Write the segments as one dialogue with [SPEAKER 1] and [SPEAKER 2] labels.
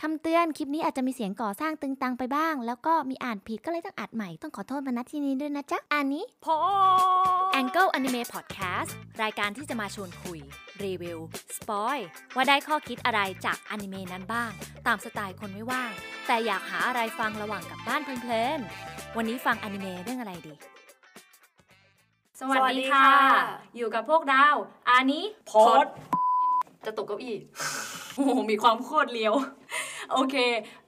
[SPEAKER 1] คำเตือน คลิปนี้อาจจะมีเสียงก่อสร้างตึงตังไปบ้าง แล้วก็มีอ่านผิดก็เลยต้องอัดใหม่ ต้องขอโทษมาณที่นี้ด้วยนะจ๊ะ อันนี้
[SPEAKER 2] พอ
[SPEAKER 1] Angle Anime Podcast รายการที่จะมาชวนคุย รีวิว สปอย ว่าได้ข้อคิดอะไรจากอนิเมะนั้นบ้าง ตามสไตล์คนไม่ว่าง แต่อยากหาอะไรฟังระหว่างกลับบ้านเพลินๆ วันนี้ฟังอนิเมะเรื่องอะไรดี สวัสดีค่ะ
[SPEAKER 2] สวัสดีค่ะ
[SPEAKER 1] อยู่กับพวกเราอานิ
[SPEAKER 2] พอดจะตกเก้าอี้โอ้โหมีความโคตรเลี้ยว โอเค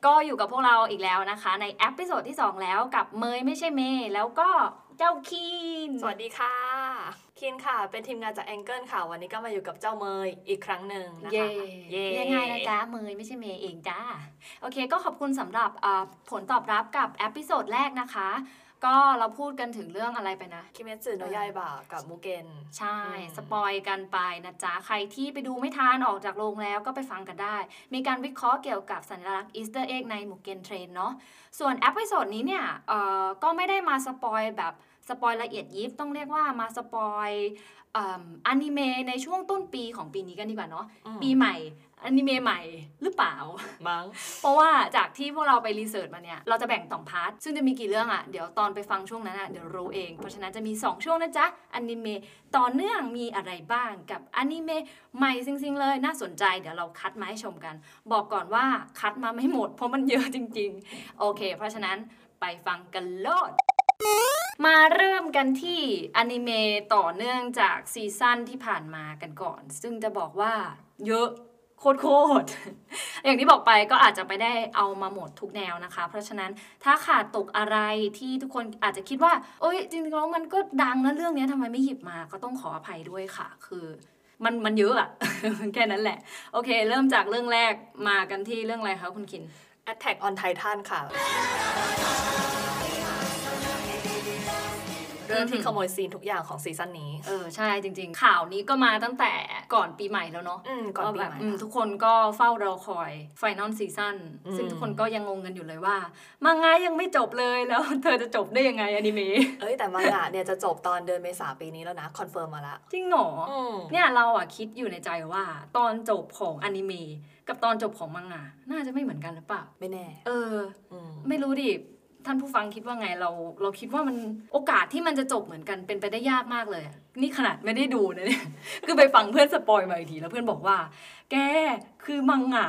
[SPEAKER 2] ก็อยู่กับพวกเราอีกแล้วนะคะ ในเอพิโซดที่ 2 แล้วกับเมยไม่ใช่เมย์แล้วก็เจ้าคีน
[SPEAKER 3] สวัสดีค่ะ คินค่ะ เป็นทีมงานจากแองเกิลค่ะ วันนี้ก็มาอยู่กับเจ้าเมยอีกครั้งหนึ่งนะคะ เย่
[SPEAKER 2] เรียังไงายนะจ๊ะเมยไม่ใช่เมย์เองจ้า โอเค ก็ขอบคุณสำหรับอ่าผลตอบรับกับเอพิโซดแรกนะคะ ก็เราพูดกันถึงเรื่องอะไรไปนะ
[SPEAKER 3] คิเมตสึโนะยายบะกับมูเกน
[SPEAKER 2] ใช่
[SPEAKER 3] อืม
[SPEAKER 2] สปอยกันไปนะจ๊ะ ใครที่ไปดูไม่ทันออกจากโรงแล้วก็ไปฟังกันได้ มีการวิเคราะห์เกี่ยวกับสัญลักษณ์อีสเตอร์เอ็กในหมู่เกนเทรนเนาะ ส่วนแอป i s โซดนี้เนี่ยเอ่อก็ไม่ได้มาสปอยแบบสปอยละเอียดยิบ ต้องเรียกว่ามาสปอยเอิ่มอนิเมะในช่วงต้นปีของปีนี้กันดีกว่าเนาะ
[SPEAKER 3] อืม
[SPEAKER 2] ปีใหม่อนิเมะใหม่หรือเปล่า
[SPEAKER 3] มั้ง
[SPEAKER 2] เพราะว่าจากที่พวกเราไปรีเสิร์ชมาเนี่ย เราจะแบ่งสองพาร์ท ซึ่งจะมีกี่เรื่องอะ่ะ เดี๋ยวตอนไปฟังช่วงนั้นอะ่ะ เดี๋ยวรู้เอง เพราะฉะนั้นจะมี 2 ช่วงนะจ๊ะ อนิเมะต่อเนื่องมีอะไรบ้างกับอนิเมะใหม่ซิงๆ เลย น่าสนใจ เดี๋ยวเราคัดมาให้ชมกัน บอกก่อนว่าคัดมาไม่หมด เพราะมันเยอะจริง ๆ โอเค เพราะฉะนั้นไปฟังกันโลด มาเริ่มกันที่อนิเมะต่อเนื่องจากซีซั่นที่ผ่านมากันก่อน ซึ่งจะบอกว่าเยอะโคตรๆ อย่างที่บอกไปก็อาจจะไปได้เอามาหมดทุกแนวนะคะ เพราะฉะนั้นถ้าขาดตกอะไรที่ทุกคนอาจจะคิดว่า โอ๊ยจริงๆแล้วมันก็ดังนะเรื่องเนี้ยทำไมไม่หยิบมาก็ต้องขออภัยด้วยค่ะ คือมันมันเยอะอะ แค่นั้นแหละ โอเค เริ่มจากเรื่องแรกมากันที่เรื่องอะไรคะคุณคิน
[SPEAKER 3] Attack on Titan ค่ะ เรื่องที่ขโมยซีนทุกอย่างของซีซั่นนี้
[SPEAKER 2] เออใช่จริง ๆ ข่าวนี้ก็มาตั้งแต่ก่อนปีใหม่แล้วเนาะ
[SPEAKER 3] อืม ก่อนปี
[SPEAKER 2] แบบ
[SPEAKER 3] ใหม่
[SPEAKER 2] อืม
[SPEAKER 3] นะ
[SPEAKER 2] ทุกคนก็เฝ้ารอคอยไฟนอลซีซั่น
[SPEAKER 3] อืม
[SPEAKER 2] ซึ่งทุกคนก็ยังงงกันอยู่เลยว่ามังงะยังไม่จบเลยแล้ว เธอจะจบได้ยังไงอนิเมะ
[SPEAKER 3] เอ้ย แต่มังงะเนี่ยจะจบตอนเดือนเมษาปีนี้แล้วนะ คอนเฟิร์มมาละ
[SPEAKER 2] จริง เหรอ
[SPEAKER 3] อืม
[SPEAKER 2] เนี่ยเราอะคิดอยู่ในใจว่า ตอนจบของอนิเมะกับตอนจบของมังงะน่าจะไม่เหมือนกันหรือเปล่า
[SPEAKER 3] ไม่แน่
[SPEAKER 2] เออ
[SPEAKER 3] อืม
[SPEAKER 2] ไม่รู้ดิท่านผู้ฟังคิดว่าไงเรา เราคิดว่ามันโอกาสที่มันจะจบเหมือนกันเป็นไปได้ยากมากเลยอะนี่ขนาดไม่ได้ดูนะเนี่ย คือไปฟังเพื่อนสปอยมาอีกทีแล้วเพื่อนบอกว่า แกคือมังงะ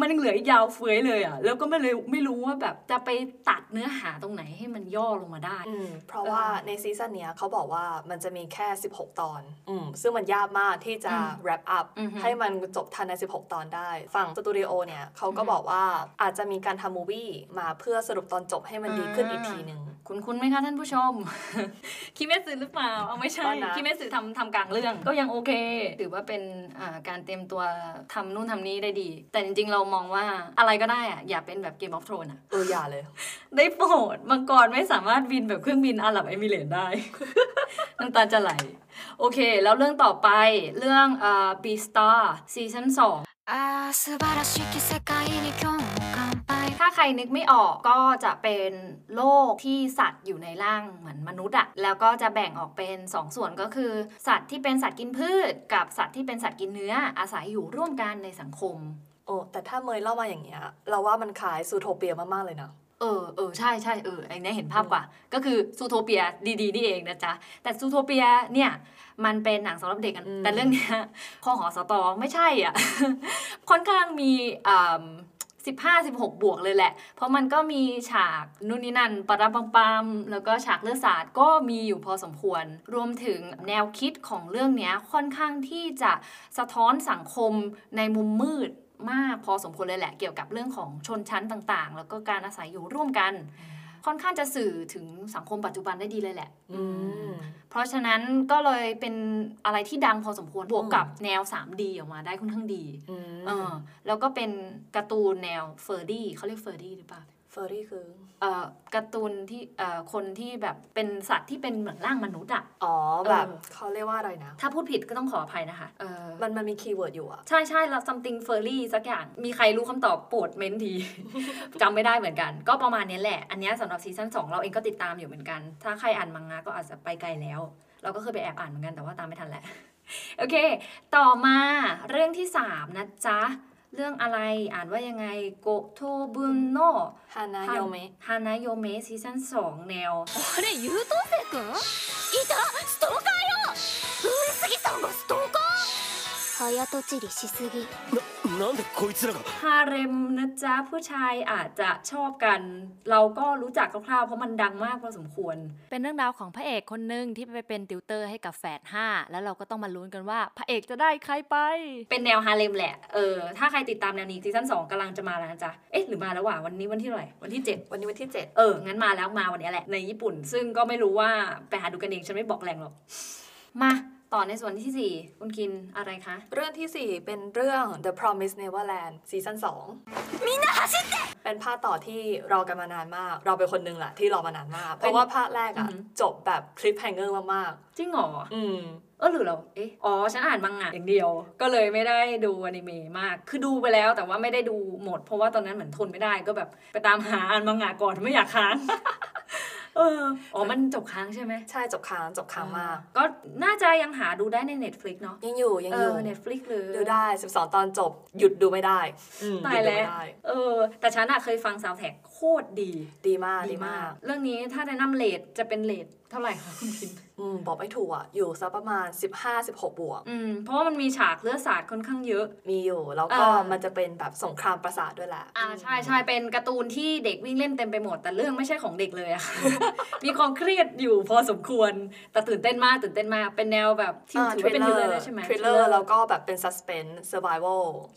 [SPEAKER 2] มันยังเหลืออีกยาวเฟ้ยเลยอะแล้วก็ไม่เลยไม่รู้ว่าแบบจะไปตัดเนื้อหาตรงไหนให้มันย่อลงมาได้
[SPEAKER 3] อืมเพราะว่าในซีซั่นเนี้ยเขาบอกว่ามันจะมีแค่ 16 ตอนอืมซึ่งมันยากมากที่จะ
[SPEAKER 2] อืม
[SPEAKER 3] wrap up
[SPEAKER 2] อือฮึ
[SPEAKER 3] ให้มันจบทันใน 16 ตอนได้ ฝั่งสตูดิโอเนี่ยเขาก็
[SPEAKER 2] อือฮึ
[SPEAKER 3] บอกว่าอาจจะมีการทำมูวี่มาเพื่อสรุปตอนจบให้มันดีขึ้น
[SPEAKER 2] อ่า
[SPEAKER 3] อีกทีหนึ่ง
[SPEAKER 2] คุณคุณไหมคะท่านผู้ชม คิเมสึหรือเปล่าเอาไม่ใช่
[SPEAKER 3] ตอนนั้น
[SPEAKER 2] คิเมสึทำทำกลางเรื่อง ก็ยังโอเค ถือว่าเป็นอ่าการเตรียมตัวทำนู่นทำนี่ได้ดี แต่จริงๆเรามองว่าอะไรก็ได้อะอย่าเป็นแบบเกมออฟโทรนอะ
[SPEAKER 3] เอออย่าเลย
[SPEAKER 2] ได้โปรดมังกรไม่สามารถบินแบบเครื่องบินอาหรับเอมิเรตส์ได้ น้ำตาจะไหล โอเค แล้วเรื่องต่อไปเรื่องอ่าบีสตาร์ซีซั่นสอง
[SPEAKER 4] ああ素晴らしき世界に今日も乾杯
[SPEAKER 2] ถ้าใครนึกไม่ออกก็จะเป็นโลกที่สัตว์อยู่ในร่างเหมือนมนุษย์อะแล้วก็จะแบ่งออกเป็น 2สองส่วนก็คือ สัตว์ที่เป็นสัตว์กินพืช กับสัตว์ที่เป็นสัตว์กินเนื้ออาศัยอยู่ร่วมกันในสังคม
[SPEAKER 3] โอ้แต่ถ้าเมยเล่ามาอย่างเงี้ย เราว่ามันคล้ายซูโทเปียมากๆเลยนะ
[SPEAKER 2] เออเออใช่ใช่เออไอเนี้ยเห็นภาพกว่า ก็คือซูโทเปียดีๆนี่เองนะจ๊ะ แต่ซูโทเปียเนี่ย มันเป็นหนังสำหรับเด็กกัน
[SPEAKER 3] อืม
[SPEAKER 2] แต่เรื่องเนี้ยคอหอสตอไม่ใช่อ่ะ ค่อนข้างมีอ่าสิบห้าสิบหกบวกเลยแหละ เพราะมันก็มีฉากนู่นนี่นั่นปะรัมปัมปามแล้วก็ฉากเลือดสาดก็มีอยู่พอสมควร รวมถึงแนวคิดของเรื่องเนี้ยค่อนข้างที่จะสะท้อนสังคมในมุมมืดมากพอสมควรเลยแหละ เกี่ยวกับเรื่องของชนชั้นต่างๆ แล้วก็การอาศัยอยู่ร่วมกัน ค่อนข้างจะสื่อถึงสังคมปัจจุบันได้ดีเลยแหละ
[SPEAKER 3] อืม
[SPEAKER 2] เพราะฉะนั้นก็เลยเป็นอะไรที่ดังพอสมควรบวกกับแนว 3D ออกมาได้ค่อนข้างดี
[SPEAKER 3] อื
[SPEAKER 2] เอ
[SPEAKER 3] ม
[SPEAKER 2] อแล้วก็เป็นการ์ตูนแนวเฟอร์ดี้เขาเรียกเฟอร์ดี้หรือเปล่า
[SPEAKER 3] เฟอร์รี่คือ
[SPEAKER 2] เอ่อการ์ตูนที่เอ่อคนที่แบบเป็นสัตว์ที่เป็นเหมือนร่างมนุษย์อะ
[SPEAKER 3] อ๋อ แบบเขาเรียกว่าอะไรนะ
[SPEAKER 2] ถ้าพูดผิดก็ต้องขออภัยนะคะเออ
[SPEAKER 3] มันมันมีคีย์เวิร์ดอยู่อะ
[SPEAKER 2] ใช่ใช่แล้ว something furry สักอย่าง มีใครรู้คำตอบโปรดเม้นที จำไม่ได้เหมือนกัน ก็ประมาณนี้แหละ อันเนี้ยสำหรับซีซั่น2เราเองก็ติดตามอยู่เหมือนกัน ถ้าใครอ่านมังงะก็อาจจะไปไกลแล้ว เราก็เคยไปแอบอ่าน เหมือนกันแต่ว่าตามไม่ทันแหละ โอเค ต่อมาเรื่องที่ 3 นะจ๊ะ เรื่องอะไรอ่านว่ายังไงโกโทบุนโน
[SPEAKER 3] ฮานาโยเมะ
[SPEAKER 2] ฮานาโยเมซีซั่นสองแนว
[SPEAKER 4] あれ優等生くんいたストーカーよ上杉さんがストーカー早とちりしすぎ
[SPEAKER 5] ななんでこいつらが
[SPEAKER 2] ฮาเร็มนะจ๊ะผู้ชายอาจจะชอบกัน เราก็รู้จักคร่าวๆเพราะมันดังมากพอสมควร
[SPEAKER 1] เป็นเรื่องราวของพระเอกคนหนึ่งที่ไปเป็นติวเตอร์ให้กับแฝด5แล้วเราก็ต้องมาลุ้นกันว่า พระเอกจะได้ใครไป
[SPEAKER 2] เป็นแนวฮาเร็มแหละ เออ ถ้าใครติดตามแนวนี้ซีซั่น2กำลังจะมาแล้วนะจ๊ะ เอ๊ะ หรือมาแล้วว่ะ วันนี้วันที่เท่าไหร่ วันที่ 7
[SPEAKER 3] วันนี้วันที่ 7
[SPEAKER 2] เออ งั้นมาแล้วมาวันนี้แหละ ในญี่ปุ่น ซึ่งก็ไม่รู้ว่า ไปหาดูกันเอง ฉันไม่บอกแรงหรอก มา ต่อในส่วนที่สี่คุณกินอะไรคะ
[SPEAKER 3] เรื่องที่ 4 เป็นเรื่อง The Promise Neverland ซีซั่น2มีนาฮัชิเตเป็นภาคต่อที่รอกันมานานมาก เราเป็นคนหนึ่งแหละที่รอมานานมาก เพราะว่าภาคแรก
[SPEAKER 2] อื
[SPEAKER 3] อะ
[SPEAKER 2] อหือ
[SPEAKER 3] จบแบบคลิปแฮงเกอร์มาก
[SPEAKER 2] จริงเหรอ
[SPEAKER 3] ๆ อืม
[SPEAKER 2] เออหรือเรา เอ๊ะ อ๋อ ฉันอ่านมังงะอย่างเดียว ก็เลยไม่ได้ดูอนิเมะมาก คือดูไปแล้วแต่ว่าไม่ได้ดูหมด เพราะว่าตอนนั้นเหมือนทนไม่ได้ก็แบบไปตามหาอ่านมังงะก่อนไม่อยากค้าง เออ อ๋อ มันจบค้างใช่ไหม
[SPEAKER 3] ใช่จบค้างจบค้างมาก
[SPEAKER 2] ก็น่าจะยังหาดูได้ใน Netflix เนาะ
[SPEAKER 3] ยังอยู่ยัง
[SPEAKER 2] เอ
[SPEAKER 3] อยู่
[SPEAKER 2] อ Netflix เลย
[SPEAKER 3] ดูได้ 12 ตอนจบ หยุดดูไม่ได้อืม
[SPEAKER 2] ตาย
[SPEAKER 3] หด
[SPEAKER 2] แล้ว
[SPEAKER 3] ดูไม่ได้
[SPEAKER 2] เออ แต่ฉันอะเคยฟังซาวแท็กโคตรดี
[SPEAKER 3] ดีมากดีมาก
[SPEAKER 2] เรื่องนี้ถ้าแนะนำเลทจะเป็นเลทเท่าไหร่คะคุณ พิมพ์
[SPEAKER 3] อืมบอกไม่ถูกอะอยู่สักประมาณ 15-16 บวก
[SPEAKER 2] อืม เพราะว่ามันมีฉากเลือดสาดค่อนข้างเยอะ
[SPEAKER 3] มีอยู่แล้วก็
[SPEAKER 2] อ่ามั
[SPEAKER 3] มันจะเป็นแบบสงครามประสาทด้วยแหละ
[SPEAKER 2] อ่าใช่ใช่เป็นการ์ตูนที่เด็กวิ่งเล่นเต็มไปหมด แต่เรื่องไม่ใช่ของเด็กเลยอะ มีความเครียดอยู่พอสมควร แต่ตื่นเต้นมากตื่นเต้นมากเป็นแนวแบบที่ถือว่าเป็นทริลเลอร์ด้วยใช่ไหม
[SPEAKER 3] ทริลเลอร์แล้วก็แบบเป็นซัสเพนส์เซอร์ไวโ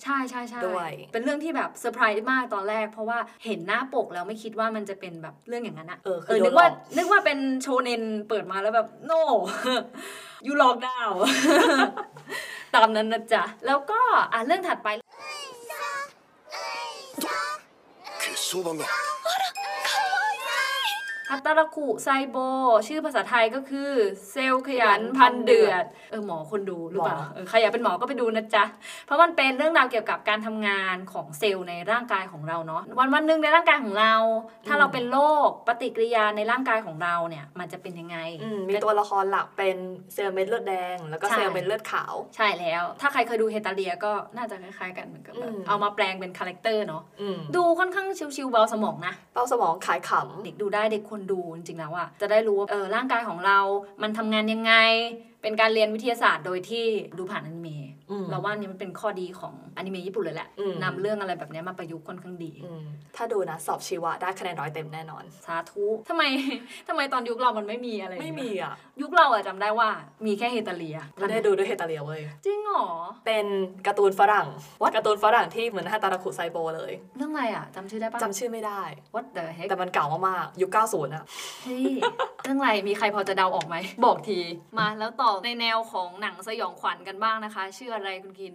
[SPEAKER 2] ใช่ใช่ใช่
[SPEAKER 3] ด้วย
[SPEAKER 2] เป็นเรื่องที่แบบเซอร์ไพรส์มากตอนแรก เพราะว่าเห็นหน้าปกแล้วไม่คิดว่ามันจะเป็นแบบเรื่องอย่างนั้นอะ
[SPEAKER 3] เออคือโด
[SPEAKER 2] นึก
[SPEAKER 3] นหล
[SPEAKER 2] ว่า
[SPEAKER 3] อก
[SPEAKER 2] นึกว่าเป็นโชเนนเปิดมาแล้วแบบ โน ยูลอกดาว ตามนั้นนะจ๊ะ แล้วก็อ่ะเรื่องถัดไป
[SPEAKER 5] 決勝版が
[SPEAKER 2] ฮัตตาราคุไซโบ ชื่อภาษาไทยก็คือ เซลล์ขยันพันเดือด เออหมอคนดูหรือเปล่า
[SPEAKER 3] หมอ
[SPEAKER 2] เออใครอยากเป็นหมอก็ไปดูนะจ๊ะ เพราะมันเป็นเรื่องราวเกี่ยวกับการทำงานของเซลล์ในร่างกายของเราเนาะวันวันหนึ่งในร่างกายของเรา ถ้าเราเป็นโรคปฏิกิริยาในร่างกายของเราเนี่ย มันจะเป็นยังไง
[SPEAKER 3] อืมมีตัวละครหลักเป็นเซลล์เม็ดเลือดแดง แล้วก็
[SPEAKER 2] ใช่
[SPEAKER 3] เซลล์เม็ดเลือดขาว
[SPEAKER 2] ใช่แล้ว ถ้าใครเคยดูเฮตาเลียก็น่าจะคล้ายๆกันเหมือนกับแบบ
[SPEAKER 3] อืม
[SPEAKER 2] เอามาแปลงเป็นคาแรคเตอร์เนาะ
[SPEAKER 3] อืม
[SPEAKER 2] ดูค่อนข้างชิวๆเบาสมองนะ
[SPEAKER 3] เป้าสมองขายข
[SPEAKER 2] เด็กดูได้เด็กควรดูจริงๆแล้วอะจะได้รู้ว่าเออร่างกายของเรา มันทำงานยังไง เป็นการเรียนวิทยาศาสตร์โดยที่ดูผ่านอนิเมะ
[SPEAKER 3] ำอืม
[SPEAKER 2] เราว่าอันนี่มันเป็นข้อดีของอนิเมะญี่ปุ่นเลยแหละ
[SPEAKER 3] อืม
[SPEAKER 2] นำเรื่องอะไรแบบเนี้ยมาประยุกต์ค่อนข้างดี
[SPEAKER 3] อืมถ้าดูนะ สอบชีวะได้คะแนนร้อยเต็มแน่นอน
[SPEAKER 2] สาธุทำไม ทำไมตอนยุคเรามันไม่มีอะไรอย่าง
[SPEAKER 3] ไม่
[SPEAKER 2] เงี้ย
[SPEAKER 3] มีอ่ะ
[SPEAKER 2] ยุคเราอะจำได้ว่ามีแค่เฮตาเลีย
[SPEAKER 3] ไม่ได้ดูด้วยเฮตาเลียเว้ย
[SPEAKER 2] จริงเหรอ
[SPEAKER 3] เป็นการ์ตูนฝรั่งวัดการ์ตูนฝรั่งที่เหมือนฮาตาราคุไซโบเลย
[SPEAKER 2] เรื่องอะไรอะจำชื่อได้ปะ
[SPEAKER 3] จำชื่อไม่ได้
[SPEAKER 2] What the heck
[SPEAKER 3] แต่มันเก่ามากๆยุค90อ่ะ
[SPEAKER 2] เฮ้ยเรื่องอะไรมีใครพอจะเดาออกไหม บอกที มาแล้วต่อในแนวของหนังสยองขวัญกันบ้างนะคะ ชื่ออะไรคุณกิน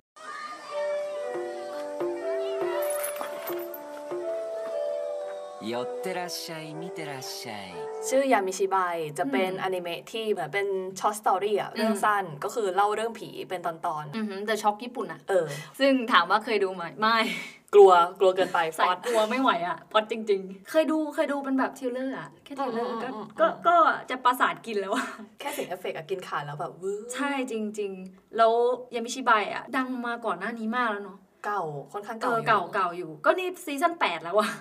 [SPEAKER 6] 寄ってらっしゃい見てらっしゃい
[SPEAKER 3] ชื่อยามิชิบายจะเป็นอนิเมะที่เหมือนเป็นช็อตสตอรี่อะเรื่องสั้นก็คือเล่าเรื่องผีเป็นตอน
[SPEAKER 2] อือหือ The Shock ญี่ปุ่นอะ
[SPEAKER 3] ๆ เออ
[SPEAKER 2] ซึ่งถามว่าเคยดูไหม ไม่
[SPEAKER 3] กลัวกลัวเกินไป ฟ
[SPEAKER 2] สา
[SPEAKER 3] อย ด
[SPEAKER 2] กลัวไม่ไหวอะพอดจริง ๆ เคยดูเคยดูเป็นแบบทิลเลอร์อะแค่ทิลเลอร์ก็
[SPEAKER 3] อืมอืมอืม
[SPEAKER 2] ก็ก็จะประสาทกินแล้วอะ
[SPEAKER 3] แค่เสียงเอฟเฟกต์อะกินขาดแล้วแบบวื้อ
[SPEAKER 2] ใช่จริง ๆ แล้วยามิชิบายอะดังมาก่อนหน้านี้มากแล้วเนาะ
[SPEAKER 3] เก่าค่อนข้าง
[SPEAKER 2] เอ
[SPEAKER 3] เก่า
[SPEAKER 2] อ
[SPEAKER 3] อยู่
[SPEAKER 2] เก่าเก่าอยู่ ก็นี่ซีซั่น8 แล้วอะ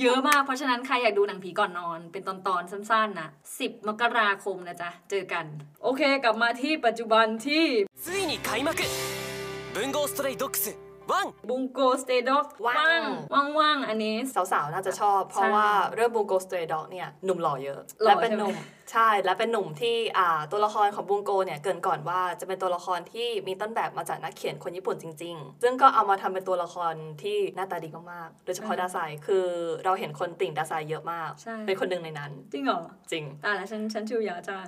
[SPEAKER 2] เยอะมาก เพราะฉะนั้นใครอยากดูหนังผีก่อนนอน เป็นตอนตอนๆสั้นๆนะ10 มกราคมนะจ๊ะ เจอกัน โอเค กลับมาที่ปัจจุบันที่
[SPEAKER 5] ついに開幕文豪ストレイドックス1
[SPEAKER 2] บุงโกสเตด็อกว่างว่างๆอันนี้
[SPEAKER 3] สาวๆ น่าจะชอบ เพ
[SPEAKER 2] ใช่
[SPEAKER 3] ราะว่าเรื่องบูโกสเตรด็อกเนี่ยหนุ่มหล่อเยอะ
[SPEAKER 2] หล่อ
[SPEAKER 3] และเป็น
[SPEAKER 2] ใช่ไหม
[SPEAKER 3] หนุ่มใช่และเป็นหนุ่มที่อ่าตัวละครของบูโกเนี่ยเกรินก่อนว่าจะเป็นตัวละครที่มีต้นแบบมาจากนักเขียนคนญี่ปุ่นจริง ๆ ซึ่งก็เอามาทำเป็นตัวละครที่หน้าตาดีมากๆโดยเฉพาะดาไซคือเราเห็นคนติ่งดาไซเยอะมาก
[SPEAKER 2] ใช่
[SPEAKER 3] เป็นคนหนึ่งในนั้น
[SPEAKER 2] จริงเหรอ
[SPEAKER 3] จริง
[SPEAKER 2] ตายแล้วฉันฉันชูยาจ้า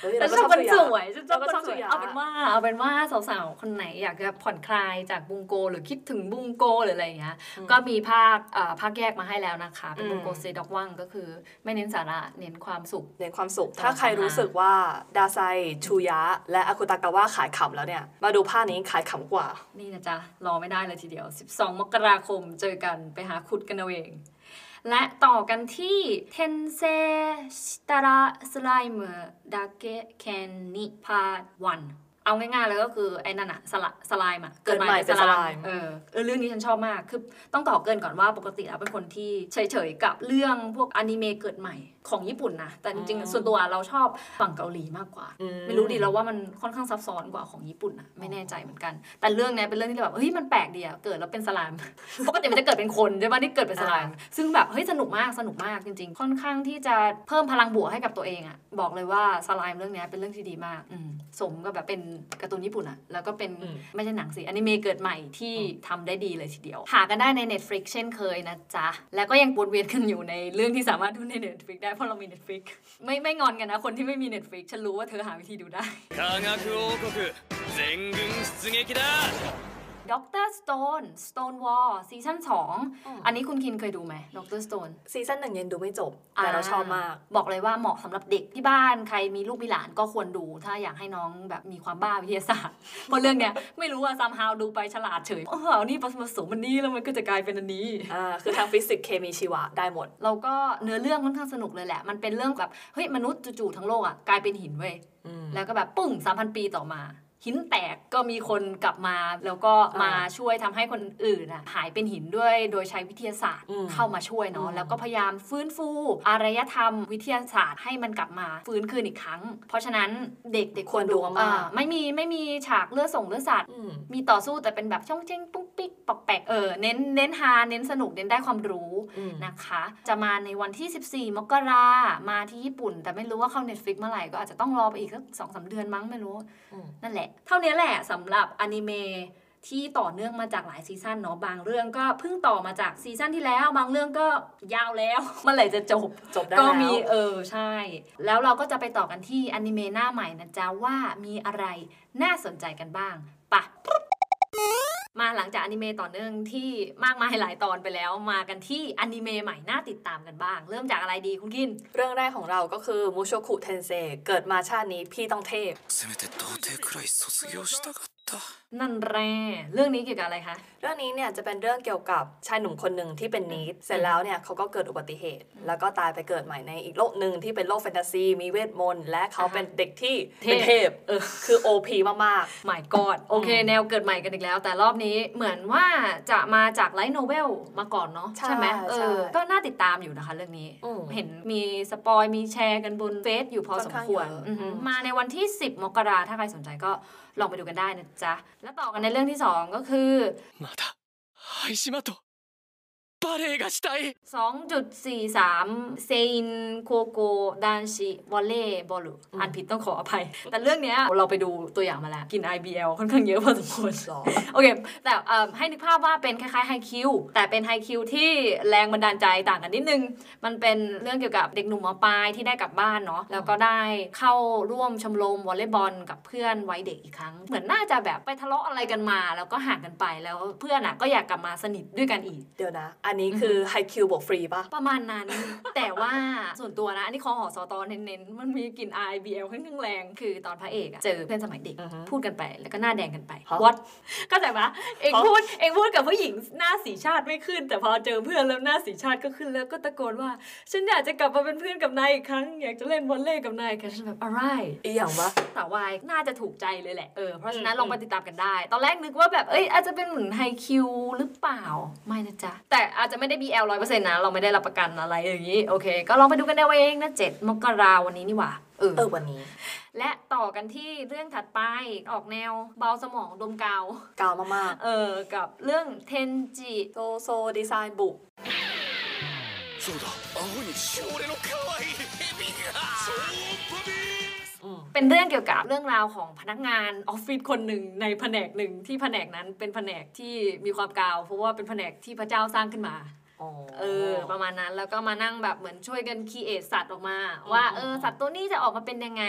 [SPEAKER 3] เฮ้ย
[SPEAKER 2] แต่
[SPEAKER 3] เราก็
[SPEAKER 2] ช
[SPEAKER 3] ช
[SPEAKER 2] อบ
[SPEAKER 3] อ
[SPEAKER 2] บ คนส
[SPEAKER 3] ส
[SPEAKER 2] ว
[SPEAKER 3] วย ย
[SPEAKER 2] ฉันชอบคนสวยเอา
[SPEAKER 3] เราก็ชอบสุริยะ
[SPEAKER 2] เป็นว่าเอาเป็นว่าสาวๆ คนไหนอยากจะผ่อนคลายจากบุงโกหรือคิดถึงบุงโกหรืออะไรอย่างเงี้ยก็มีภาคเอ่อภาคแยกมาให้แล้วนะคะ เป็นบุงโกสเตด็อกว่างก็คือ ไม่เน้นสาระเน้นความสุข
[SPEAKER 3] เน้นความสุข ถ้าใครรู้สึกว่า ดาไซ ชูยะ และอากุตากาวะขายขำแล้วเนี่ย มาดูผ้านี้ขายขำกว่า
[SPEAKER 2] นี่นะจ๊ะ รอไม่ได้เลยทีเดียว 12 มกราคมเจอกันไปหาคุดกันเอาเอง และต่อกันที่ Tensei Shitara Slime Dake Ken Ni Part 1 เอาง่ายๆเลยก็คือไอ้นั่นอะสละสลายมอะ
[SPEAKER 3] เกิดใหม่เป็นสลายม์
[SPEAKER 2] เออเออเรื่องนี้ฉันชอบมากคือต้องต่อเกรินก่อนว่าปกติแล้วเป็นคนที่เฉยๆกับเรื่องพวกอนิเมะเกิดใหม่ของญี่ปุ่นนะแต่จริงๆส่วนตัวเราชอบฝั่งเกาหลีมากกว่า
[SPEAKER 3] อืม
[SPEAKER 2] ไม่รู้ดิเราว่ามันค่อนข้างซับซ้อนกว่าของญี่ปุ่นอะไม่แน่ใจเหมือนกัน แต่เรื่องเนี้ยเป็นเรื่องที่แบบเฮ้ยมันแปลกดีอะเกิดแล้วเป็นสลาม ปกติมันจะเกิดเป็นคนใช่ปะนี่เกิดเป็นสลามซึ่งแบบเฮ้ยสนุกมากสนุกมากจริง ๆ ค่อนข้างที่จะเพิ่มพลังบวกให้กับตัวเองอะบอกเลยว่าสลามเรื่องเนี้ยเป็นเรื่องที่ดีมากอืมสมกับแบบเป็นการ์ตูนญี่ปุ่นอะแล้วก็เป็น
[SPEAKER 3] อืม
[SPEAKER 2] ไม่ใช่หนังสิอนิเมะเกิดใหม่ที่ทำได้ดีเลยทีเดียว หากันได้ใน Netflix เช่นเคยนะจ๊ะแล้วก็ยังวนเวียนกันอยู่ในเรื่องที่สามารถดูใน Netflix ได้เพราะเรามี Netflix ไม่ไม่งอนกันนะคนที่ไม่มี Netflix ฉันรู้ว่าเธอหาวิธีดูได้
[SPEAKER 5] 科学王国全軍出撃だ
[SPEAKER 2] ด็อกเตอร์สโตนสโตนวอลซีซั่น2อันนี้คุณคินเคยดูไหมด็อกเตอร์สโตน
[SPEAKER 3] ซีซั่นหนึ่งยังดูไม่จบ แต่เราชอบมาก
[SPEAKER 2] บอกเลยว่าเหมาะสำหรับเด็กที่บ้านใครมีลูกมีหลานก็ควรดู ถ้าอยากให้น้องแบบมีความบ้าวิทยาศาสตร์ เพราะเรื่องเนี้ยไม่รู้ว่าซัมฮาวดูไปฉลาดเฉย เออนี่ผสมผสมมันนี่แล้วมันก็จะกลายเป็นอันนี้
[SPEAKER 3] อ่า คือทางฟิสิกส์เคมีชีวะได้หมด
[SPEAKER 2] เราก็เนื้อเรื่องค่อนข้างสนุกเลยแหละ มันเป็นเรื่องแบบเฮ้ยมนุษย์จู่ๆทั้งโลกอ่ะกลายเป็นหินเว้ย
[SPEAKER 3] อืม
[SPEAKER 2] แล้วก็แบบปุ้ง3,000 ปีต่อมา หินแตกก็มีคนกลับมา แล้วก็มา
[SPEAKER 3] อ่า
[SPEAKER 2] ช่วยทำให้คนอื่นน่ะหายเป็นหินด้วยโดยใช้วิทยาศาสตร์
[SPEAKER 3] อืม
[SPEAKER 2] เข้ามาช่วยเนาะแล้วก็พยายามฟื้นฟู อารยธรรม วิทยาศาสตร์ให้มันกลับมาฟื้นคืนอีกครั้ง เพราะฉะนั้นเด็กเด็ก
[SPEAKER 3] ควรดู
[SPEAKER 2] อ่าม
[SPEAKER 3] าก
[SPEAKER 2] ไม่มีไม่มีฉากเลือดส่งเลือดสาด
[SPEAKER 3] อืม
[SPEAKER 2] มีต่อสู้แต่เป็นแบบช่องเจ้งปุ๊กปิ๊กปอกแปกเออเน้นเน้นฮาเน้นสนุกเน้นได้ความรู้
[SPEAKER 3] อืม
[SPEAKER 2] นะคะ จะมาในวันที่ 14 มกรา มาที่ญี่ปุ่น แต่ไม่รู้ว่าเข้า Netflix เมื่อไหร่ ก็อาจจะต้องรอไปอีกสักสองสาเดือนมั้งไม่รู้
[SPEAKER 3] อืม
[SPEAKER 2] นั่นแหละ เท่านี้แหละสำหรับอนิเมะที่ต่อเนื่องมาจากหลายซีซั่นเนาะ บางเรื่องก็เพิ่งต่อมาจากซีซั่นที่แล้ว บางเรื่องก็ยาวแล้ว เมื่อไหร่จะจบ
[SPEAKER 3] จบได้
[SPEAKER 2] ก็
[SPEAKER 3] แล้ว
[SPEAKER 2] มีเออใช่ แล้วเราก็จะไปต่อกันที่อนิเมะหน้าใหม่นะจ๊ะ ว่ามีอะไรน่าสนใจกันบ้างปะมาหลังจากอนิเมะต่อเนื่องที่มากมายหลายตอนไปแล้วมากันที่อนิเมะใหม่น่าติดตามกันบ้าง เริ่มจากอะไรดีคุณกิน
[SPEAKER 3] เรื่องแรกของเราก็คือมูโชคุเทนเซเกิดมาชาตินี้พี่ต้องเทพ
[SPEAKER 6] せめて童貞くらい卒業したかった
[SPEAKER 2] นั่นแร่เรื่องนี้เกี่ยวกับอะไรคะ
[SPEAKER 3] เรื่องนี้เนี่ยจะเป็นเรื่องเกี่ยวกับชายหนุ่มคนหนึ่งที่เป็นนีดเสร็จแล้วเนี่ยเขาก็เกิดอุบัติเหตุ แล้วก็ตายไปเกิดใหม่ในอีกโลกหนึ่งที่เป็นโลกแฟนตาซี มีเวทมนต์และเขาเป็นเด็กที่
[SPEAKER 2] เทพ
[SPEAKER 3] เป็นเทพเออคือ OP มาก
[SPEAKER 2] หมายกอดโอเค
[SPEAKER 3] อืม
[SPEAKER 2] แนวเกิดใหม่กันอีกแล้ว แต่รอบนี้เหมือนว่าจะมาจากไลท์โนเวลมาก่อนเนาะ
[SPEAKER 3] ใช่
[SPEAKER 2] ไหมเอ
[SPEAKER 3] ใช่
[SPEAKER 2] อก็น่าติดตามอยู่นะคะเรื่องนี้
[SPEAKER 3] อืม
[SPEAKER 2] เห็นมีสปอยมีแชร์กันบนเฟซอยู่พอสมควร
[SPEAKER 3] ค่อนข้างเยอะ
[SPEAKER 2] อือหือมาในวันที่ 10 มกราถ้าใครสนใจก็ลองไปดูกันได้นะจ๊ะ แล้วต่อกันในเรื่องที่ 2 ก็คือ
[SPEAKER 5] まだ灰島とバレエがしたい
[SPEAKER 2] 2.43 เซนโคโกดันชิวอลเล่บอลูอ่านผิดต้องขออภัย แต่เรื่องเนี้ยเราไปดูตัวอย่างมาแล้ว กิน IBL ค่อนข้างเยอะพอสมควร
[SPEAKER 3] ๆหรอ
[SPEAKER 2] โอเค แต่เอิ่มให้นึกภาพว่าเป็นคล้ายๆไฮคิวแต่เป็นไฮคิวที่แรงบันดาลใจต่างกันนิดนึง มันเป็นเรื่องเกี่ยวกับเด็กหนุ่มมปลายที่ได้กลับบ้านเนาะแล้วก็ได้เข้าร่วมชมรมวอลเลย์บอลกับเพื่อนวัยเด็กอีกครั้ง เหมือนน่าจะแบบไปทะเลาะอะไรกันมา แล้วก็ห่างกันไปแล้วเพื่อนอ่ะก็อยากกลับมาสนิทด้วยกันอีก
[SPEAKER 3] เดี๋ยวนะ อันนี้คือไฮคิวบวกฟรีปะ
[SPEAKER 2] ประมาณนั้น แต่ว่าส่วนตัวนะ อันนี้คอหอสอตอเน้นๆ มันมีกลิ่น IBL ค่อนข้างแรง คือตอนพระเอกอะเจอเพื่อนสมัยเด็ก พูดกันไปแล้วก็หน้าแดงกันไปวอตเข้าใจปะเองพูดเองพูดกับผู้หญิงหน้าสีชาติไม่ขึ้น แต่พอเจอเพื่อนแล้วหน้าสีชาติก็ขึ้นแล้วก็ตะโกนว่า ฉันอยากจะกลับมาเป็นเพื่อนกับนายอีกครั้ง อยากจะเล่นวอลเลย์กับนายกันฉันแบบอะไร
[SPEAKER 3] อีหยังวะ
[SPEAKER 2] สาววายน่าจะถูกใจเลยแหละ เออ เพราะฉะนั้น
[SPEAKER 3] อื
[SPEAKER 2] ล
[SPEAKER 3] ม
[SPEAKER 2] องไปติดตามกันได้ ตอนแรกนึกว่าแบบ เอ้ยอาจจะเป็นเหมือนไฮคิวหรือเปล่า ไม่นะจ๊ะ แต่อาจจะไม่ได้ BL ร้อยเปอร์เซ็นต์นะ เราไม่ได้รับประกันอะไรอย่างนี้ โอเค ก็ลองไปดูกันได้เอาเองนะเจ็ดมกราวันนี้นี่หว่า เออ
[SPEAKER 3] เออวันนี้
[SPEAKER 2] และต่อกันที่เรื่องถัดไป ออกแนวเบาสมองดมกาว
[SPEAKER 3] กาวมาก
[SPEAKER 2] เออ กับเรื่องเทนจิ
[SPEAKER 3] ๆโซโซดีไซน์บุก
[SPEAKER 5] そうだ青にしおれの可愛いヘビが超パビ
[SPEAKER 3] อืม
[SPEAKER 2] เป็นเรื่องเกี่ยวกับเรื่องราวของพนักงานออฟฟิศคนหนึ่งในแผนกหนึ่งที่แผนกนั้นเป็นแผนกที่มีความกาวเพราะว่าเป็นแผนกที่พระเจ้าสร้างขึ้นมา
[SPEAKER 3] อ๋อ
[SPEAKER 2] เออประมาณนั้นแล้วก็มานั่งแบบเหมือนช่วยกันคีเอทสัตว์ออกมา ว่าเออสัตว์ตัวนี้จะออกมาเป็นยังไง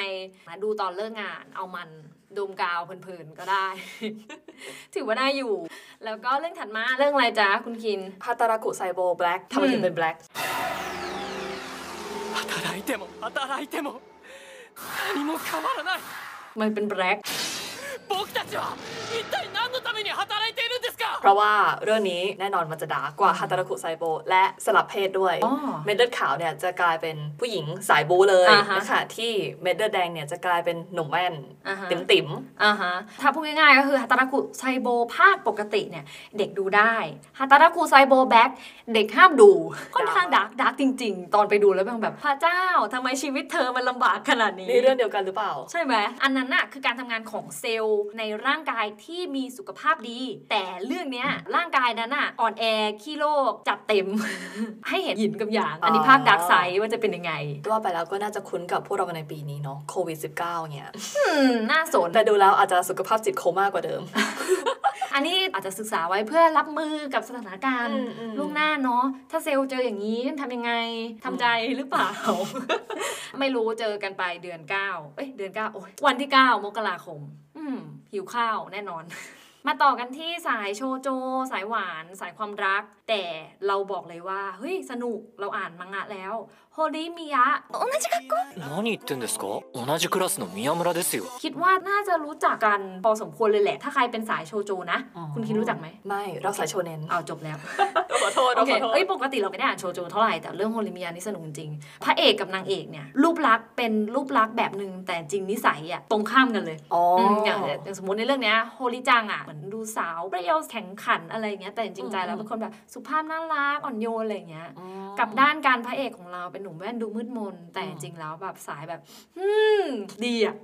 [SPEAKER 2] มาดูตอนเลิกงานเอามันดมกาวเพลินๆก็ได้ ถือว่าได้อยู่ แล้วก็เรื่องถัดมาเรื่องอะไรจ๊ะคุณคิน
[SPEAKER 3] ฮาตารากุไซโบแบล็กทำไมถึงเป็นแบล็ก
[SPEAKER 5] 働いても働いても何も変わらない
[SPEAKER 2] มันเป็นแบล็ก
[SPEAKER 5] 僕たちは一体何のために働いているんですか
[SPEAKER 3] เพราะว่าเรื่องนี้แน่นอนมันจะดาร์กกว่าฮาตาราคุไซโบและสลับเพศด้วย
[SPEAKER 2] อ๋อ
[SPEAKER 3] เม็ดเลือดขาวเนี่ยจะกลายเป็นผู้หญิงสายบูเลย
[SPEAKER 2] อ่าฮะ
[SPEAKER 3] นะคะที่เม็ดเลือดแดงเนี่ยจะกลายเป็นหนุ่มแว่น
[SPEAKER 2] อ่าฮะ
[SPEAKER 3] ติ๋มติ๋มๆ
[SPEAKER 2] อ่าฮะถ้าพูดง่ายๆก็คือฮัตตาราคุไซโบภาคปกติเนี่ยเด็กดูได้ฮัตตาราคุไซโบแบ็กเด็กห้ามดูค่อนข้างดาร์กดาร์กจริง ๆ ตอนไปดูแล้วแบบพระเจ้าทำไมชีวิตเธอมันลำบากขนาดนี้
[SPEAKER 3] นี่เรื่องเดียวกันหรือเปล่า
[SPEAKER 2] ใช่ไหม อันนั้นน่ะคือการทำงานของเซลล์ในร่างกายที่มีสุขภาพดี แต่เรื่องเนี้ยร่างกายนั้นน่ะอ่อนแอขี้โรคจัดเต็ม ให้เห็นหยินกับหยาง อันนี้ภาคดักไซว่าจะเป็นยังไง
[SPEAKER 3] ว่าไปแล้วก็น่าจะคุ้นกับพวกเราในปีนี้เนาะโควิด -19 เนี่ย
[SPEAKER 2] อืม น่าสน
[SPEAKER 3] แต่ดูแล้วอาจจะสุขภาพจิตโคม่ากว่าเดิม
[SPEAKER 2] อันนี้อาจจะศึกษาไว้เพื่อรับมือกับสถานการณ์
[SPEAKER 3] อืมอืม
[SPEAKER 2] ล่วงหน้าเนาะถ้าเซลล์เจออย่างนี้ทำยังไงทำใจหรือเปล่า ไม่รู้เจอกันไปเดือน 9 เอ้ยเดือน 9 โอ้ยวันที่ 9 มกราคม อืม หิวข้าวแน่นอน มาต่อกันที่สายโชโจ สายหวาน สายความรัก แต่เราบอกเลยว่า เฮ้ย สนุกเราอ่านมังงะแล้วโฮริมิยะ
[SPEAKER 7] 何言ってんですか同じクラスの宮村ですよ
[SPEAKER 2] คิดว่าน่าจะรู้จักกันพอสมควรเลยแหละ ถ้าใครเป็นสายโชโจนะ คุณคิดรู้จักไหม
[SPEAKER 3] ไม่ เราสายโชเน้น
[SPEAKER 2] เอาจบแล้ว
[SPEAKER 3] ขอโทษ
[SPEAKER 2] โอเค
[SPEAKER 3] ขอโทษ
[SPEAKER 2] เอ้ยปกติเราไม่ได้อ่านโชโจเท่าไหร่ แต่เรื่องโฮลิมิยานี่สนุกจริง พระเอกกับนางเอกเนี่ย รูปลักษณ์เป็นรูปลักษณ์แบบหนึ่งแต่จริงนิสัยอะตรงข้ามกันเลย
[SPEAKER 3] อ๋อ
[SPEAKER 2] ม
[SPEAKER 3] อ
[SPEAKER 2] อย่างอย่างสมมติในเรื่องเนี้ยโฮลิจังอะเหมือนดูสาวเปรี้ยวแข็งขันอะไรอย่างเงี้ยแต่จริงๆใจแล้ว
[SPEAKER 3] อืม
[SPEAKER 2] เป็นคนแบบสุภาพน่ารักอ่อนโยนอะไรอย่างเงี้ย
[SPEAKER 3] อ๋อก
[SPEAKER 2] ลับด้านการพระเอกของเราเป็นหนุ่มแว่นดูมืดมน แต่จริงแล้วแบบสายแบบอืมดีอะ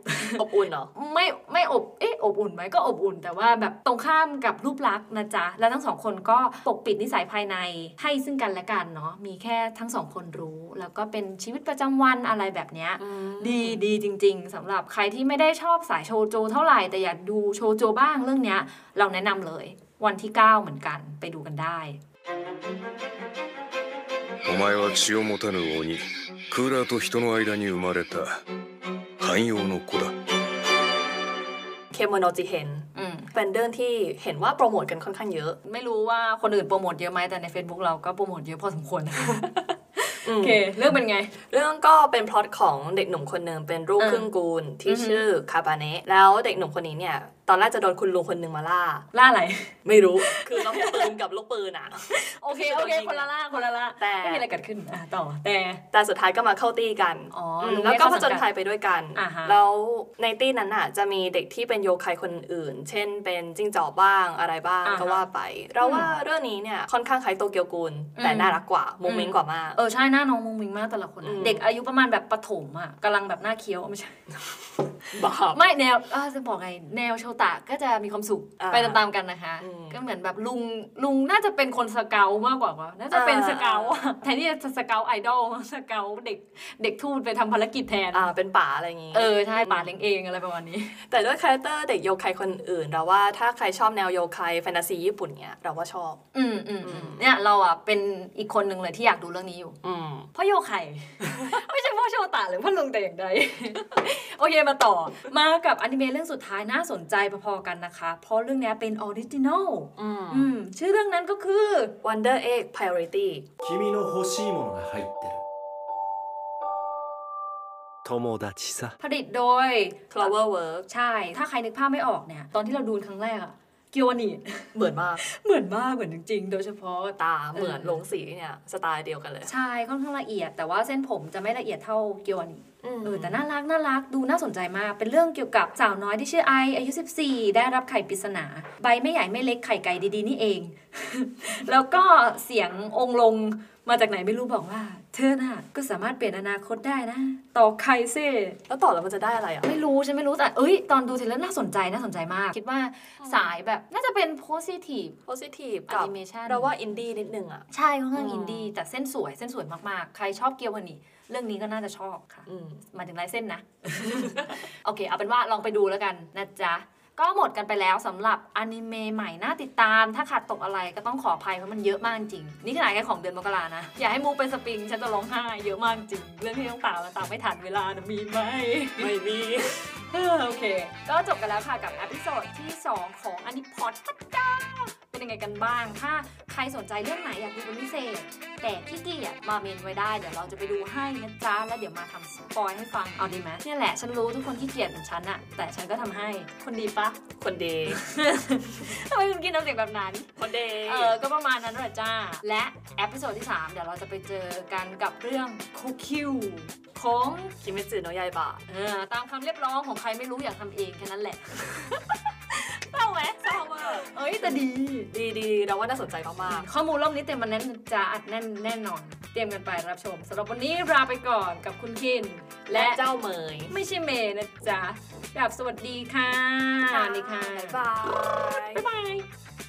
[SPEAKER 3] อบอุ่นเหรอ
[SPEAKER 2] ไม่ไม่อบ เอ๊ะอบอุ่นไหมก็อบอุ่น แต่ว่าแบบตรงข้ามกับรูปลักษณ์นะจ๊ะ แล้วทั้งสองคนก็ปกปิดนิสัยภายในให้ซึ่งกันและกันเนาะ มีแค่ทั้งสองคนรู้ แล้วก็เป็นชีวิตประจำวันอะไรแบบเนี้ย ดีดีจริง ๆสำหรับใครที่ไม่ได้ชอบสายโชโจเท่าไหร่ แต่อยากดูโชโจบ้างเรื่องเนี้ย เราแนะนำเลย วันที่ 9 เหมือนกันไปดูกันได้
[SPEAKER 5] お前は血を持たぬ鬼クーラーと人の間に生まれた汎用の子だ
[SPEAKER 3] เคมโนจิเฮน
[SPEAKER 2] อืม
[SPEAKER 3] เป็นเรื่องที่เห็นว่าโปรโมทกันค่อนข้างเยอะ
[SPEAKER 2] ไม่รู้ว่าคนอื่นโปรโมทเยอะไหมแต่ใน Facebook เราก็โปรโมทเยอะพอสมควรนะ
[SPEAKER 3] อื
[SPEAKER 2] โอ
[SPEAKER 3] ม
[SPEAKER 2] เค เรื่องเป็นไง
[SPEAKER 3] เรื่องก็เป็นพล็อตของเด็กหนุ่มคนหนึ่งเป็นลูก
[SPEAKER 2] อืม
[SPEAKER 3] ครึ่งกูลที่
[SPEAKER 2] อือฮึ
[SPEAKER 3] ชื่อคาบาเนะแล้วเด็กหนุ่มคนนี้เนี่ย ตอนแรกจะโดนคุณลุงคนหนึ่งมาล่า
[SPEAKER 2] ล่าอะไร
[SPEAKER 3] ไม่ รู้ คือเราเป็นปืนกับลูกปืนอะ
[SPEAKER 2] โอเค โอเค คนละล่าคนละล่า
[SPEAKER 3] แต่
[SPEAKER 2] ไม่มีอะไรเกิดขึ้นอ่ะต่อแต่
[SPEAKER 3] แต่สุดท้ายก็มาเข้าตีกัน
[SPEAKER 2] อ๋อ
[SPEAKER 3] ม
[SPEAKER 2] ลุง
[SPEAKER 3] แล้วก็
[SPEAKER 2] เรียก
[SPEAKER 3] ผจ
[SPEAKER 2] เข้าสั
[SPEAKER 3] ญ
[SPEAKER 2] งกัด
[SPEAKER 3] ภัยไปด้วยกัน
[SPEAKER 2] อ่าฮะ
[SPEAKER 3] แล้วในตีนั้นน่ะจะมีเด็กที่เป็นโยคัยคนอื่น เช่น เป็นจิ้งจอกบ้างอะไรบ้างก็ว่าไป เราว่าเรื่องนี้เนี่ยค่อนข้างคล้ายโตเกียวกูล แต่น่ารักกว่ามุ้งมิ้งกว่ามาก
[SPEAKER 2] เออ ใช่หน้าน้องมุงมิงมากแต่ละคน
[SPEAKER 3] อื
[SPEAKER 2] อะ
[SPEAKER 3] ม
[SPEAKER 2] เด็กอายุประมาณแบบประถมอ่ะกำลังแบบหน้าเคี้ยวไม่ใช่
[SPEAKER 3] บาป
[SPEAKER 2] ไม่แนวเออจะบอกไง แนวโชตะก็จะมีความสุข
[SPEAKER 3] อ่า
[SPEAKER 2] ไปตามๆกันนะคะ
[SPEAKER 3] อืม
[SPEAKER 2] ก็เหมือนแบบลุงลุงน่าจะเป็นคนสเกลมากกว่าว่าน่าจะเป็น
[SPEAKER 3] อ่า
[SPEAKER 2] สเกลอะแทนที่จะสเกลไอดอล สเกลเด็กเด็กทูตไปทำภารกิจแทน
[SPEAKER 3] อ่าเป็นป่าอะไรอย่างงี้
[SPEAKER 2] เออใช่ป่าเลี้ยงเองอะไรประมาณนี้
[SPEAKER 3] แต่ด้วยคาแรคเตอร์เด็กโยคัยคนอื่น เราว่าถ้าใครชอบแนวโยคัยแฟนตาซีญี่ปุ่นเนี่ยเราว่าชอบ
[SPEAKER 2] อืมอืมอื
[SPEAKER 3] อื
[SPEAKER 2] ม
[SPEAKER 3] ม
[SPEAKER 2] เนี่ยเราอ่ะเป็นอีกคนหนึ่งเลยที่อยากดูเรื่องนี้อยู่
[SPEAKER 3] อืม
[SPEAKER 2] พ่อโยไข่ ไม่ใช่พ่อโชตะหรือพ่อลุงแต่อย่างใด โอเคมาต่อ มากับอนิเมะเรื่องสุดท้ายน่าสนใจพอๆกันนะคะ เพราะเรื่องเนี้ยเป็นออริจินอล
[SPEAKER 3] อืม
[SPEAKER 2] อืม ชื่อเรื่องนั้นก็คือ
[SPEAKER 3] Wonder Egg Priority
[SPEAKER 8] 君の欲しいものが入ってる友達さ
[SPEAKER 2] ผลิตโดย
[SPEAKER 3] Clover Work
[SPEAKER 2] ใช่ ถ้าใครนึกภาพไม่ออกเนี่ย ตอนที่เราดูครั้งแรกอะเกียวนิ
[SPEAKER 3] เหมือนมาก
[SPEAKER 2] เหมือนมากเหมือนจริง ๆ โดยเฉพาะ
[SPEAKER 3] ตาเหมือนลงสีเนี่ยสไตล์เดียวกันเลย
[SPEAKER 2] ใช่ค่อนข้างละเอียด แต่ว่าเส้นผมจะไม่ละเอียดเท่าเกียวนิ
[SPEAKER 3] ม
[SPEAKER 2] เออแต่น่ารักน่ารักดูน่าสนใจมาก เป็นเรื่องเกี่ยวกับสาวน้อยที่ชื่อไออายุ 14 ได้รับไข่ปริศนา ใบไม่ใหญ่ไม่เล็กไข่ไก่ดีๆ นี่เอง แล้วก็เสียงองค์ลงมาจากไหนไม่รู้บอกว่า เธอน่ะก็สามารถเปลี่ยนอนาคตได้นะ ต่อไข่เซ่
[SPEAKER 3] แล้วต่อแล้วมันจะได้อะไรอ่ะ
[SPEAKER 2] ไม่รู้ฉันไม่รู้แต่เอ้ย ตอนดูเสร็จแล้วน่าสนใจน่าสนใจมาก คิดว่าสายแบบน่าจะเป็น positive
[SPEAKER 3] positive กับ
[SPEAKER 2] animation
[SPEAKER 3] เราว่าอินดี้นิดนึงอ่ะ
[SPEAKER 2] ใช่ค่อนข้าง
[SPEAKER 3] อืม
[SPEAKER 2] อินดี้แต่เส้นสวยเส้นสวยมากๆ ใครชอบเกียววันนี้เรื่องนี้ก็น่าจะชอบค่ะ
[SPEAKER 3] อืม
[SPEAKER 2] หมายถึงลายเส้นนะ โอเค เอาเป็นว่าลองไปดูแล้วกันนะจ๊ะ ก็หมดกันไปแล้วสำหรับอนิเมะใหม่น่าติดตาม ถ้าขาดตกอะไรก็ต้องขออภัยเพราะมันเยอะมากจริง นี่ขนาดแค่ของเดือนมกรานะ อย่าให้มูเป็นสปริง ฉันจะร้องไห้เยอะมากจริง เรื่องที่ต้องตามมันตามไม่ทันเวลานะมีไหม
[SPEAKER 3] ไม่มี
[SPEAKER 2] เออโอเค ก็จบกันแล้วค่ะกับอพิโซดที่ 2 ของอนิพอดพัดดาเป็นยังไงกันบ้าง ถ้าใครสนใจเรื่องไหนอยากดูเป็นพิเศษ แต่ขี้เกียจมาเมนไว้ได้ เดี๋ยวเราจะไปดูให้นะจ๊ะ แล้วเดี๋ยวมาทำสปอยให้ฟัง เอาดีไหมเนี่ยแหละ ฉันรู้ทุกคนขี้เกียจเหมือนฉันอะแต่ฉันก็ทำให้ คนดีปะ
[SPEAKER 3] คนดี
[SPEAKER 2] ทำไมคุณกินน้ำเสียงแบบนั้น
[SPEAKER 3] คนดี
[SPEAKER 2] เออ ก็ประมาณนั้นแหละจ้า และเอพิโซดที่ 3 เดี๋ยวเราจะไปเจอกันกับเรื่องคุคิวของ
[SPEAKER 3] คิมิสึโนะยายบะ
[SPEAKER 2] เออ ตามคำเรียกร้องของใครไม่รู้อยากทำเองแค่นั้นแหละ เศร้าไหมเศร้ามากเอ้ย แต่ดี
[SPEAKER 3] ดีดีๆเราว่าน่าสนใจมาก
[SPEAKER 2] ข้อมูลรอบนี้เต็มมันแน่นจะอัดแน่นแน่นอน เตรียมกันไปรับชมสำหรับวันนี้ลาไปก่อนกับคุณคิน
[SPEAKER 3] ๆ
[SPEAKER 2] และ
[SPEAKER 3] เจ้าเหมย
[SPEAKER 2] ไม่ใช่เมย์นะจ๊ะกับสวัสดีค่ะสวัสดีค่ะ
[SPEAKER 3] บ๊ายบาย
[SPEAKER 2] บ๊ายบาย